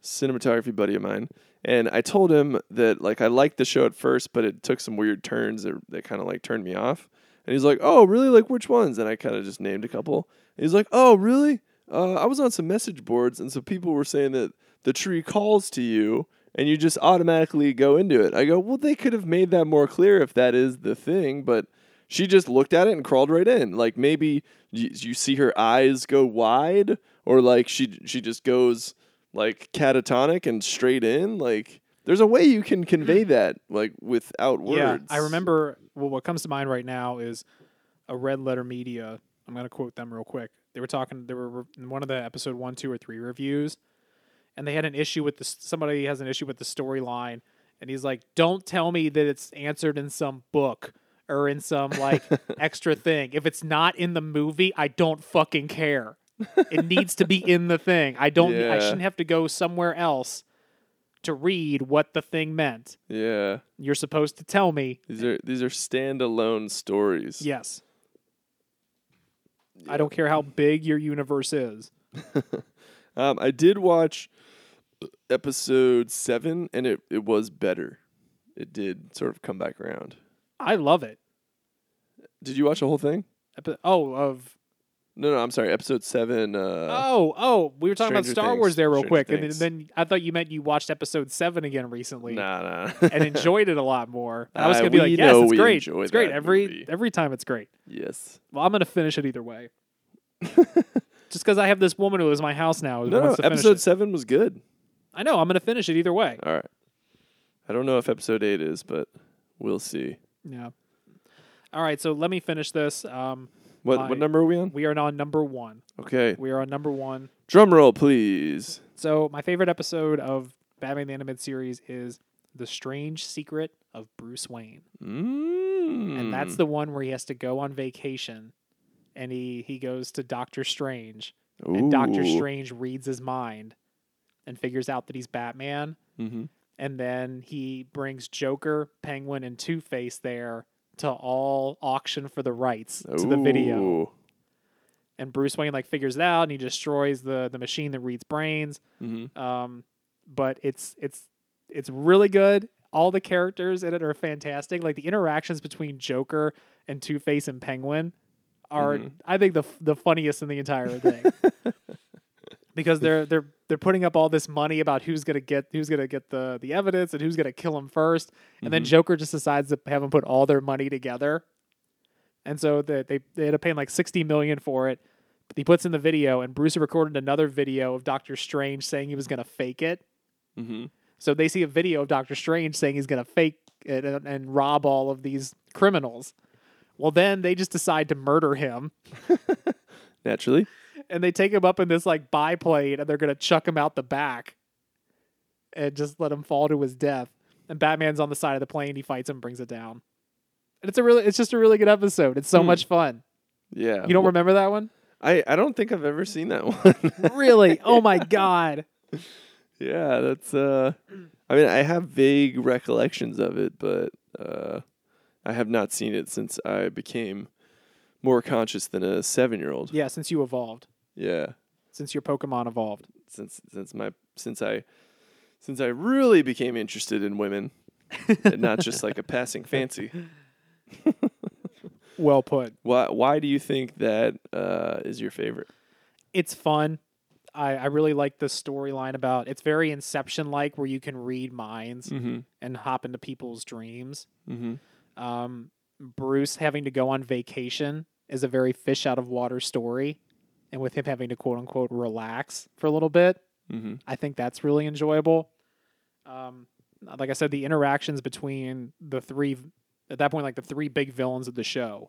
Speaker 1: cinematography buddy of mine, and I told him that like I liked the show at first, but it took some weird turns that that kind of like turned me off. And he's like, "Oh, really? Like which ones?" And I kind of just named a couple. And he's like, "Oh, really? Uh, I was on some message boards, and some people were saying that the tree calls to you, and you just automatically go into it." I go, "Well, they could have made that more clear if that is the thing, but." She just looked at it and crawled right in. Like maybe you, you see her eyes go wide, or like she she just goes like catatonic and straight in. Like there's a way you can convey that like without words.
Speaker 2: Mm-hmm. Yeah, I remember. Well, what comes to mind right now is a Red Letter Media. I'm going to quote them real quick. They were talking. They were in one of the episode one, two, or three reviews, and they had an issue with this. Somebody has an issue with the storyline, and he's like, "Don't tell me that it's answered in some book." Or in some like extra thing. If it's not in the movie, I don't fucking care. It needs to be in the thing. I don't. I
Speaker 1: Yeah.
Speaker 2: shouldn't have to go somewhere else to read what the thing meant.
Speaker 1: Yeah,
Speaker 2: You're supposed to tell me
Speaker 1: these are these are standalone stories.
Speaker 2: Yes. I don't care how big your universe is.
Speaker 1: Um, I did watch episode seven, and it it was better. It did sort of come back around.
Speaker 2: I love it.
Speaker 1: Did you watch the whole thing?
Speaker 2: Epi- Oh, of
Speaker 1: No, no, I'm sorry. Episode seven. Uh,
Speaker 2: oh, oh, we were talking about
Speaker 1: Stranger
Speaker 2: Star
Speaker 1: Things,
Speaker 2: Wars there real
Speaker 1: Stranger
Speaker 2: quick, and
Speaker 1: Things.
Speaker 2: then, then I thought you meant you watched episode seven again recently
Speaker 1: nah, nah.
Speaker 2: Oh. and enjoyed it a lot more. And I was
Speaker 1: Uh,
Speaker 2: gonna be
Speaker 1: we
Speaker 2: like, yes,
Speaker 1: know
Speaker 2: it's
Speaker 1: we
Speaker 2: great.
Speaker 1: enjoy
Speaker 2: It's great
Speaker 1: that
Speaker 2: every
Speaker 1: movie.
Speaker 2: every time. It's great.
Speaker 1: yes.
Speaker 2: Well, I'm gonna finish it either way. Just because I have this woman who lives in my house now who
Speaker 1: No, no
Speaker 2: wants to finish
Speaker 1: episode
Speaker 2: it.
Speaker 1: seven was good.
Speaker 2: I know I'm gonna finish it either way.
Speaker 1: All right. I don't know if episode eight is, but we'll see.
Speaker 2: Yeah. All right, so let me finish this. Um,
Speaker 1: What
Speaker 2: My-
Speaker 1: what number are we on?
Speaker 2: we are on number one.
Speaker 1: Okay.
Speaker 2: We are on number one.
Speaker 1: Drum roll, please.
Speaker 2: So my favorite episode of Batman the Animated Series is The Strange Secret of Bruce Wayne.
Speaker 1: Mm.
Speaker 2: And that's the one where he has to go on vacation and he he goes to Doctor Strange and Doctor
Speaker 1: Ooh.
Speaker 2: Strange reads his mind and figures out that he's Batman
Speaker 1: Mhm.
Speaker 2: and then he brings Joker, Penguin and Two-Face there to all auction for the rights to the video
Speaker 1: Ooh.
Speaker 2: and Bruce Wayne like figures it out and he destroys the the machine that reads brains
Speaker 1: Mhm.
Speaker 2: um, but it's it's it's really good. All the characters in it are fantastic. Like the interactions between Joker and Two Face and Penguin are,
Speaker 1: Mhm.
Speaker 2: I think, the f- the funniest in the entire thing because they're they're they're putting up all this money about who's gonna get who's gonna get the the evidence and who's gonna kill him first, and then
Speaker 1: Mhm.
Speaker 2: Joker just decides to have them put all their money together, and so they they, they end up paying like sixty million for it. But he puts in the video, and Bruce recorded another video of Doctor Strange saying he was gonna fake it.
Speaker 1: Mhm.
Speaker 2: So they see a video of Doctor Strange saying he's gonna fake it and, and rob all of these criminals. Well, then they just decide to murder him
Speaker 1: Naturally.
Speaker 2: and they take him up in this like biplane and they're gonna chuck him out the back and just let him fall to his death. And Batman's on the side of the plane, he fights him, brings it down. And it's a really it's just a really good episode. It's so
Speaker 1: Hmm. Uh,
Speaker 2: much fun.
Speaker 1: Yeah.
Speaker 2: You don't
Speaker 1: Wh-
Speaker 2: remember that one?
Speaker 1: I I don't think I've ever seen that one.
Speaker 2: really? Oh my god.
Speaker 1: yeah, that's uh I mean, I have vague recollections of it, but uh I have not seen it since I became more conscious than a 7-year-old.
Speaker 2: Yeah, since you evolved.
Speaker 1: yeah.
Speaker 2: Since your Pokemon evolved.
Speaker 1: since since my since I since I really became interested in women. and not just like a passing fancy.
Speaker 2: Well put.
Speaker 1: Why why do you think that uh, is your favorite?
Speaker 2: It's fun. I, I really like the storyline about it's very inception like where you can read minds
Speaker 1: Mm-hmm.
Speaker 2: and hop into people's dreams.
Speaker 1: Mm-hmm.
Speaker 2: um, Bruce having to go on vacation is a very fish out of water story. And with him having to quote unquote relax for a little bit,
Speaker 1: Mm-hmm.
Speaker 2: I think that's really enjoyable. Um, like I said, the interactions between the three, at that point, like the three big villains of the show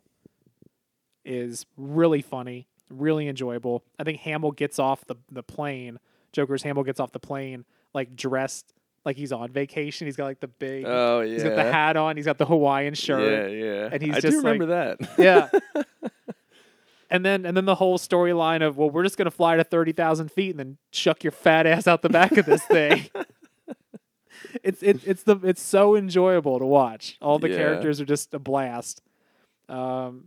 Speaker 2: is really funny, really enjoyable. I think Hamill gets off the, the plane, Joker's Hamill gets off the plane, like dressed like he's on vacation. He's got like the big,
Speaker 1: Oh yeah.
Speaker 2: He's got the hat on. He's got the
Speaker 1: Yeah,
Speaker 2: Hawaiian shirt.
Speaker 1: yeah.
Speaker 2: And he's
Speaker 1: I do
Speaker 2: just
Speaker 1: remember that.
Speaker 2: Yeah. and then and then the whole storyline of well, we're just gonna fly to thirty thousand feet and then shuck your fat ass out the back of this thing. it's it, it's the it's so enjoyable to watch. All the
Speaker 1: Yeah.
Speaker 2: characters are just a blast. Um,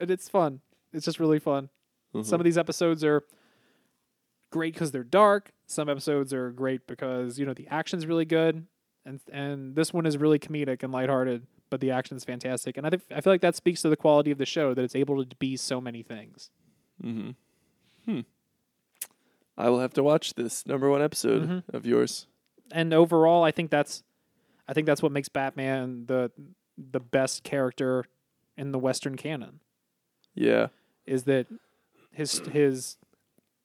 Speaker 2: and it's fun. It's just really fun. Some of these episodes are great because they're dark. Some episodes are great because you know the action's really good, and and this one is really comedic and lighthearted, but the action's fantastic. And I think I feel like that speaks to the quality of the show that it's able to be so many things.
Speaker 1: Mm-hmm. Hmm. I will have to watch this number one episode
Speaker 2: Mhm.
Speaker 1: of yours.
Speaker 2: And overall, I think that's I think that's what makes Batman the the best character in the Western canon
Speaker 1: Yeah.
Speaker 2: is that his his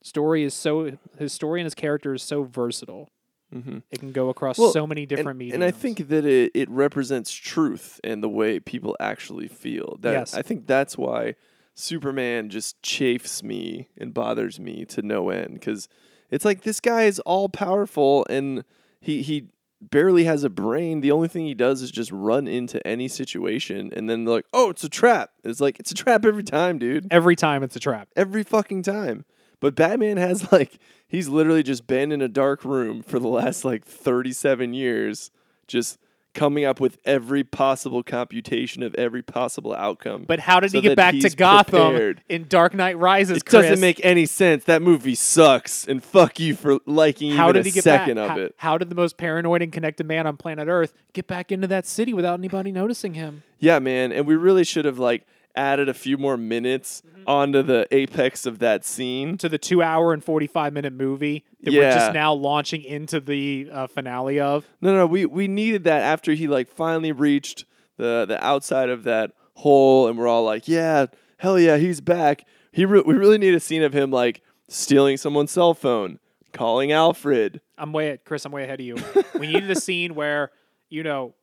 Speaker 2: story is so his story and his character is so versatile.
Speaker 1: Mm-hmm.
Speaker 2: It can go across
Speaker 1: Well,
Speaker 2: so many different media.
Speaker 1: and I think that it, it represents truth and the way people actually feel. That
Speaker 2: Yes.
Speaker 1: I think that's why Superman just chafes me and bothers me to no end because it's like this guy is all powerful and he he barely has a brain. The only thing he does is just run into any situation and then they're like, oh, it's a trap. It's like it's a trap every time, dude.
Speaker 2: every time it's a trap.
Speaker 1: every fucking time. But Batman has like he's literally just been in a dark room for the last like 37 years just coming up with every possible computation of every possible outcome.
Speaker 2: But how did
Speaker 1: so
Speaker 2: he get
Speaker 1: that
Speaker 2: back to
Speaker 1: he's
Speaker 2: Gotham
Speaker 1: prepared.
Speaker 2: in Dark Knight Rises?
Speaker 1: it
Speaker 2: Chris?
Speaker 1: doesn't make any sense. That movie sucks and fuck you for liking
Speaker 2: how
Speaker 1: even
Speaker 2: did
Speaker 1: a
Speaker 2: he get
Speaker 1: second of
Speaker 2: back? how,
Speaker 1: it.
Speaker 2: how did the most paranoid and connected man on planet Earth get back into that city without anybody noticing him?
Speaker 1: Yeah, man, and we really should have like added a few more minutes
Speaker 2: Mm-hmm.
Speaker 1: onto the apex of that scene.
Speaker 2: To the two-hour and forty-five minute movie that we're
Speaker 1: Yeah.
Speaker 2: just now launching into the uh, finale of.
Speaker 1: No, no, we we needed that after he like finally reached the the outside of that hole, and we're all like, yeah, hell yeah, he's back. He re- we really need a scene of him like stealing someone's cell phone, calling Alfred.
Speaker 2: I'm way, Chris. I'm way ahead of you. we needed a scene where you know,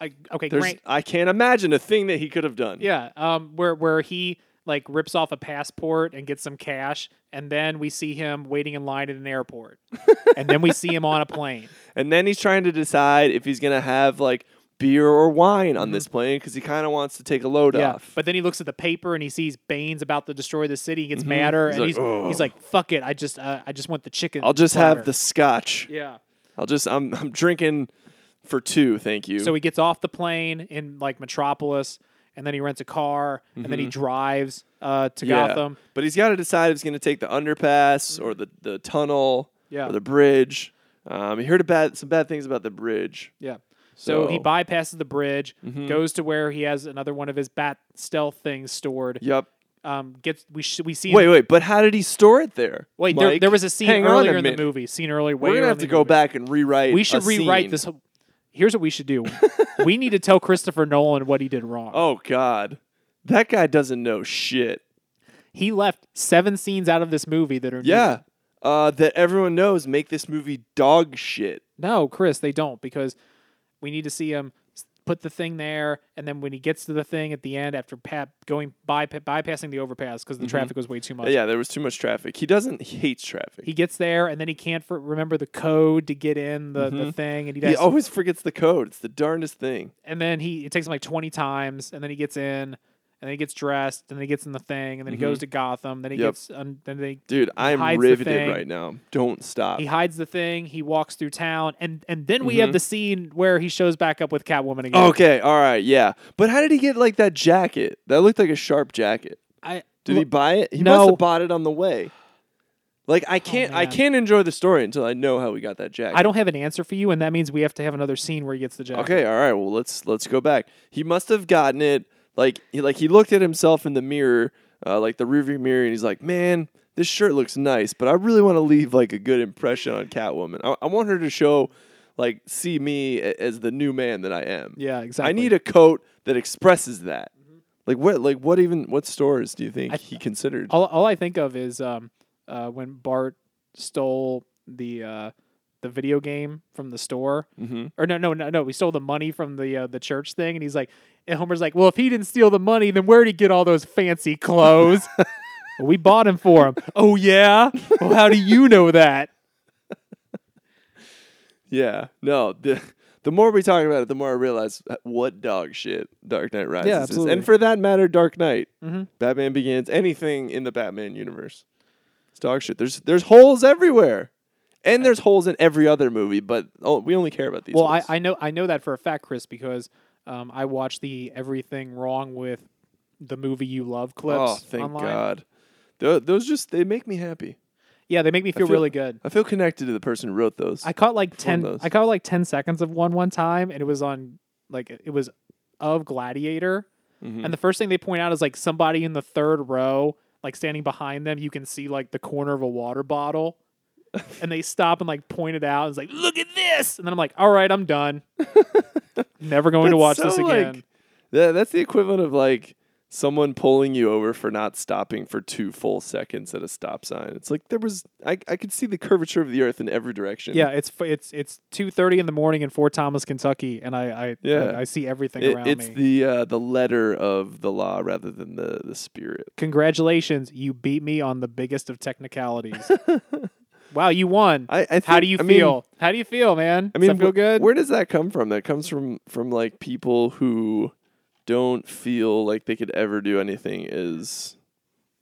Speaker 2: I, okay,
Speaker 1: There's
Speaker 2: great.
Speaker 1: I can't imagine a thing that he could have done.
Speaker 2: Yeah, um, where where he like rips off a passport and gets some cash, and then we see him waiting in line at an airport, and then we see him on a plane.
Speaker 1: And then he's trying to decide if he's gonna have like beer or wine
Speaker 2: Mm-hmm.
Speaker 1: on this plane because he kind of wants to take a load off.
Speaker 2: But then he looks at the paper and he sees Bane's about to destroy the city. He gets madder
Speaker 1: Mm-hmm. He's
Speaker 2: and
Speaker 1: like,
Speaker 2: he's
Speaker 1: "Ugh."
Speaker 2: he's like, "Fuck it! I just uh, I just want the chicken."
Speaker 1: I'll just
Speaker 2: platter."
Speaker 1: have the scotch.
Speaker 2: yeah.
Speaker 1: I'll just I'm I'm drinking for two, thank you.
Speaker 2: So he gets off the plane in like Metropolis, and then he rents a car, and then he drives uh, to
Speaker 1: Mm-hmm. Yeah.
Speaker 2: Gotham.
Speaker 1: But he's got to decide if he's going to take the underpass or the, the tunnel
Speaker 2: Yeah.
Speaker 1: or the bridge. Um, he heard about some bad things about the bridge.
Speaker 2: Yeah. So, he
Speaker 1: So- Mm-hmm.
Speaker 2: bypasses the bridge, goes to where he has another one of his bat stealth things stored.
Speaker 1: Yep.
Speaker 2: Um, gets we sh- we see
Speaker 1: Wait, wait. But how did he store it there?
Speaker 2: wait there,
Speaker 1: Mike,
Speaker 2: there was a scene
Speaker 1: hang on
Speaker 2: earlier
Speaker 1: a
Speaker 2: in the
Speaker 1: minute.
Speaker 2: movie, scene earlier. way
Speaker 1: We're gonna
Speaker 2: early
Speaker 1: have
Speaker 2: in
Speaker 1: to
Speaker 2: the
Speaker 1: go
Speaker 2: movie.
Speaker 1: back and rewrite.
Speaker 2: We should
Speaker 1: a
Speaker 2: rewrite
Speaker 1: scene.
Speaker 2: this. whole- Here's what we should do. we need to tell Christopher Nolan what he did wrong.
Speaker 1: Oh God, that guy doesn't know shit.
Speaker 2: He left seven scenes out of this movie that are new.
Speaker 1: Yeah. Uh, that everyone knows make this movie dog shit.
Speaker 2: No, Chris, they don't because we need to see him s- put the thing there, and then when he gets to the thing at the end after Pat going by bypassing the overpass because the traffic was way too much.
Speaker 1: Mm-hmm. Yeah, there was too much traffic. He doesn't. He hates traffic.
Speaker 2: He gets there and then he can't for, remember the code to get in the, the thing, and he,
Speaker 1: Mm-hmm. he
Speaker 2: does,
Speaker 1: always forgets the code. It's the darndest thing.
Speaker 2: and then he it takes him like twenty times, and then he gets in, and then he gets dressed, and then he gets in the thing, and then he goes to Gotham, then he
Speaker 1: Mm-hmm. Yep.
Speaker 2: gets, un, then they
Speaker 1: Dude, I'm
Speaker 2: hides the
Speaker 1: riveted
Speaker 2: thing.
Speaker 1: right now. Don't stop.
Speaker 2: He hides the thing. He walks through town, and and then we
Speaker 1: Mm-hmm.
Speaker 2: have the scene where he shows back up with Catwoman again.
Speaker 1: Okay, all right, yeah. But how did he get like that jacket? That looked like a sharp jacket.
Speaker 2: I
Speaker 1: Did he buy it? He
Speaker 2: No. Oh,
Speaker 1: must have bought it on the way. Like I can't I
Speaker 2: man.
Speaker 1: can't enjoy the story until I know how we got that jacket.
Speaker 2: I don't have an answer for you, and that means we have to have another scene where he gets the jacket.
Speaker 1: Okay, all right. Well, let's let's go back. He must have gotten it. Like he like he looked at himself in the mirror, uh, like the rearview mirror, and he's like, "Man, this shirt looks nice, but I really want to leave like a good impression on Catwoman. I, I want her to show, like, see me a- as the new man that I am.
Speaker 2: Yeah, exactly. Mm-hmm.
Speaker 1: I need a coat that expresses that. Like what? Like what? Even what stores do you think
Speaker 2: I- Oh,
Speaker 1: he considered?
Speaker 2: all, all I think of is um, uh, when Bart stole the uh, the video game from the store,
Speaker 1: Mhm.
Speaker 2: or no, no, no, no, we stole the money from the uh, the church thing, and he's like, and Homer's like, well, if he didn't steal the money, then where'd he get all those fancy clothes? we bought him for him. Oh yeah. Well, how do you know that?
Speaker 1: Yeah. No. The the more we talk about it, the more I realize what dog shit Dark Knight Rises
Speaker 2: Yeah,
Speaker 1: is,
Speaker 2: absolutely.
Speaker 1: and for that matter, Dark Knight,
Speaker 2: Mhm.
Speaker 1: Batman Begins, anything in the Batman universe, it's dog shit. There's there's holes everywhere, and there's holes in every other movie, but oh, we only care about these.
Speaker 2: Well, I,
Speaker 1: ones.
Speaker 2: I know I know that for a fact, Chris, because um, I watched the everything wrong with the movie you love clips.
Speaker 1: oh thank
Speaker 2: online.
Speaker 1: God, Tho- those just they make me happy.
Speaker 2: Yeah, they make me feel,
Speaker 1: feel-
Speaker 2: really good.
Speaker 1: I feel connected to the person who wrote those.
Speaker 2: I caught like
Speaker 1: one of
Speaker 2: ten.
Speaker 1: those.
Speaker 2: I caught like ten seconds of one one time, and it was on like it was of Gladiator.
Speaker 1: Mhm.
Speaker 2: And the first thing they point out is like somebody in the third row, like standing behind them, you can see like the corner of a water bottle. and they stop and like point it out. And it's like, look at this. And then I'm like, all right, I'm done. Never going to
Speaker 1: That's
Speaker 2: watch
Speaker 1: so,
Speaker 2: this again.
Speaker 1: like- Tha- that's the equivalent of like someone pulling you over for not stopping for two full seconds at a stop sign. It's like there was I, I could see the curvature of the earth in every direction.
Speaker 2: yeah, it's f- it's it's two thirty in the morning in Fort Thomas, Kentucky, and I I,
Speaker 1: Yeah.
Speaker 2: I, I see everything
Speaker 1: It-
Speaker 2: around
Speaker 1: it's
Speaker 2: me.
Speaker 1: the uh, the letter of the law rather than the the spirit.
Speaker 2: Congratulations, you beat me on the biggest of technicalities. wow, you won.
Speaker 1: I, I think,
Speaker 2: How do you
Speaker 1: I mean-
Speaker 2: feel? How do you feel, man?
Speaker 1: I mean,
Speaker 2: Does that feel
Speaker 1: wh-
Speaker 2: good?
Speaker 1: Where does that come from? That comes from from like people who don't feel like they could ever do anything as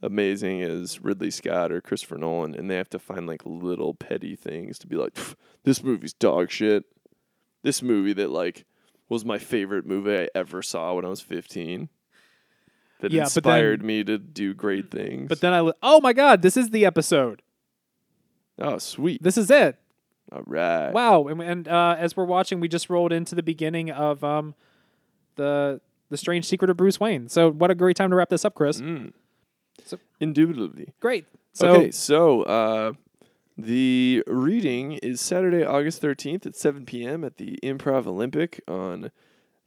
Speaker 1: amazing as Ridley Scott or Christopher Nolan, and they have to find like little petty things to be like, "Pff, this movie's dog shit. This movie that like was my favorite movie I ever saw when I was fifteen. That
Speaker 2: Yeah, but then-
Speaker 1: inspired me to do great things.
Speaker 2: But then I li- oh my god, this is the episode.
Speaker 1: oh, sweet!
Speaker 2: This is it.
Speaker 1: All right.
Speaker 2: Wow. And, and uh, as we're watching, we just rolled into the beginning of um, the the strange secret of Bruce Wayne. So what a great time to wrap this up, Chris.
Speaker 1: Mm.
Speaker 2: So-
Speaker 1: Indubitably.
Speaker 2: Great. So
Speaker 1: okay, so uh, the reading is Saturday, August 13th at 7 p.m. at the Improv Olympic on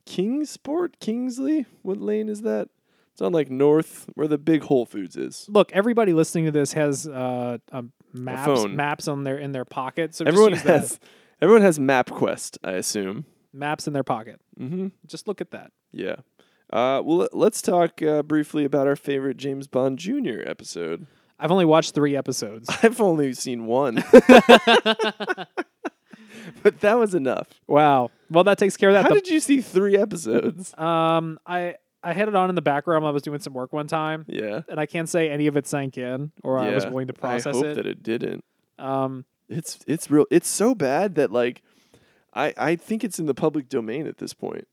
Speaker 1: Kingsport, Kingsley. What lane is that? It's on like north where the big Whole Foods is.
Speaker 2: look, everybody listening to this has uh, um, maps
Speaker 1: phone.
Speaker 2: maps on their in their pocket. So
Speaker 1: Everyone
Speaker 2: just use that.
Speaker 1: has everyone has MapQuest, I assume.
Speaker 2: maps in their pocket.
Speaker 1: Mm-hmm.
Speaker 2: Just look at that.
Speaker 1: Yeah. Uh, well, let's talk uh, briefly about our favorite James Bond Jr. episode.
Speaker 2: I've only watched three episodes.
Speaker 1: I've only seen one, but that was enough.
Speaker 2: wow. Well, that takes care of that.
Speaker 1: How
Speaker 2: The-
Speaker 1: did you see three episodes?
Speaker 2: Um, I I had it on in the background. while I was doing some work one time,
Speaker 1: Yeah.
Speaker 2: and I can't say any of it sank in or I was
Speaker 1: Yeah.
Speaker 2: willing to process
Speaker 1: I hope
Speaker 2: it.
Speaker 1: that it didn't.
Speaker 2: um,
Speaker 1: It's it's real. It's so bad that like, I I think it's in the public domain at this point.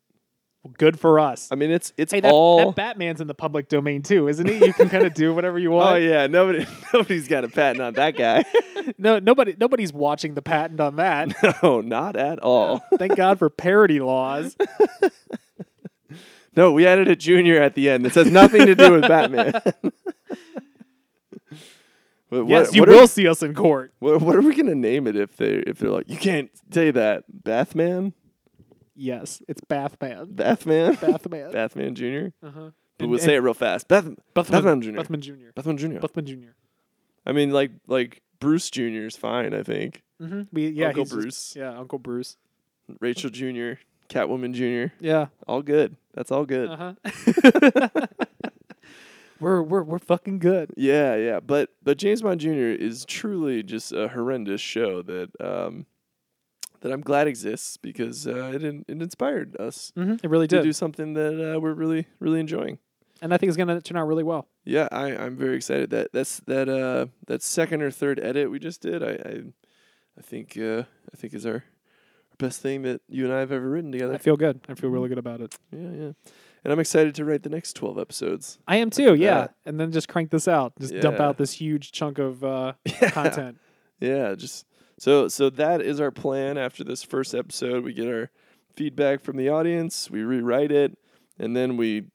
Speaker 2: good for us.
Speaker 1: I mean, it's it's
Speaker 2: hey, that,
Speaker 1: all.
Speaker 2: that Batman's in the public domain too, isn't he? You can kind of do whatever you
Speaker 1: oh
Speaker 2: want.
Speaker 1: yeah, nobody nobody's got a patent on that guy.
Speaker 2: No, nobody nobody's watching the patent on that.
Speaker 1: no, not at all.
Speaker 2: Thank God for parody laws.
Speaker 1: No, we added a junior at the end. This has nothing to do with Batman. But what,
Speaker 2: yes, you
Speaker 1: what
Speaker 2: will
Speaker 1: Are,
Speaker 2: see us in court.
Speaker 1: what, what are we gonna name it if they if they're like you can't say that Bathman,
Speaker 2: Yes, it's Bathman.
Speaker 1: Bathman,
Speaker 2: Bathman.
Speaker 1: Bathman Junior.
Speaker 2: uh-huh.
Speaker 1: But
Speaker 2: And-
Speaker 1: we'll say it real fast. Bath, Bathman Junior.
Speaker 2: Bathman Junior.
Speaker 1: Bathman Junior.
Speaker 2: Bathman Junior.
Speaker 1: I mean, like like Bruce Junior is fine. I think
Speaker 2: Mm-hmm. We yeah,
Speaker 1: Uncle
Speaker 2: he's just-
Speaker 1: Bruce.
Speaker 2: yeah, Uncle Bruce.
Speaker 1: Rachel Junior, Catwoman Junior,
Speaker 2: Yeah.
Speaker 1: all good. That's all
Speaker 2: Uh.
Speaker 1: good.
Speaker 2: Uh-huh. we're we're we're fucking good.
Speaker 1: Yeah, yeah. But but James Bond Junior is truly just a horrendous show that um that I'm glad exists because uh, it in, it inspired us
Speaker 2: Mm-hmm. It really
Speaker 1: to
Speaker 2: did,
Speaker 1: do something that uh, we're really really enjoying.
Speaker 2: and I think it's gonna turn out really well.
Speaker 1: Yeah, I, I'm very excited that that's that uh that second or third edit we just did. I I, I think uh, I think is our best thing that you and I have ever written together.
Speaker 2: I feel good. I feel really good about it.
Speaker 1: Yeah, yeah. And I'm excited to write the next 12 episodes.
Speaker 2: I am too, yeah.
Speaker 1: that.
Speaker 2: And then just crank this out. Just dump
Speaker 1: Yeah.
Speaker 2: out this huge chunk of uh, content.
Speaker 1: Yeah, just so so that is our plan after this first episode. We get our feedback from the audience, we rewrite it, and then we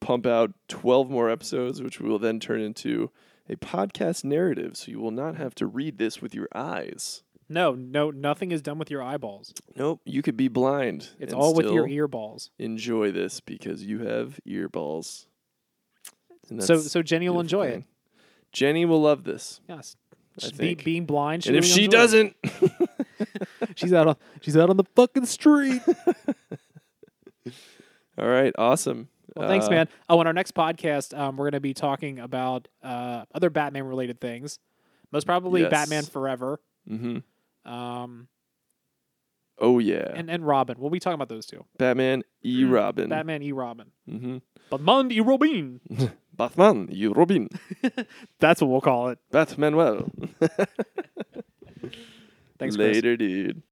Speaker 1: pump out 12 more episodes which we will then turn into a podcast narrative so you will not have to read this with your eyes.
Speaker 2: No, no, nothing is done with your eyeballs.
Speaker 1: Nope, you could be blind.
Speaker 2: It's
Speaker 1: and
Speaker 2: all with your
Speaker 1: still
Speaker 2: earballs.
Speaker 1: Enjoy this because you have earballs. And
Speaker 2: So,
Speaker 1: that's
Speaker 2: so Jenny
Speaker 1: a
Speaker 2: will
Speaker 1: beautiful
Speaker 2: enjoy
Speaker 1: thing.
Speaker 2: it.
Speaker 1: Jenny will love this.
Speaker 2: Yes.
Speaker 1: I
Speaker 2: Be,
Speaker 1: think.
Speaker 2: being blind, she
Speaker 1: and if
Speaker 2: will
Speaker 1: she
Speaker 2: enjoy it.
Speaker 1: doesn't,
Speaker 2: she's out on she's out on the fucking street.
Speaker 1: all right, awesome.
Speaker 2: Well, thanks,
Speaker 1: Uh,
Speaker 2: man. Oh, on our next podcast, um, we're going to be talking about uh, other Batman related things. Most probably
Speaker 1: Yes.
Speaker 2: Batman Forever
Speaker 1: Mm-hmm.
Speaker 2: um,
Speaker 1: Oh yeah,
Speaker 2: and, and Robin. We'll be talking about those two
Speaker 1: Batman e Robin.
Speaker 2: Batman E Robin.
Speaker 1: hmm
Speaker 2: Batman E Robin.
Speaker 1: Batman e Robin.
Speaker 2: That's what we'll call it.
Speaker 1: Batmanuel.
Speaker 2: Thanks, Chris.
Speaker 1: Later, dude.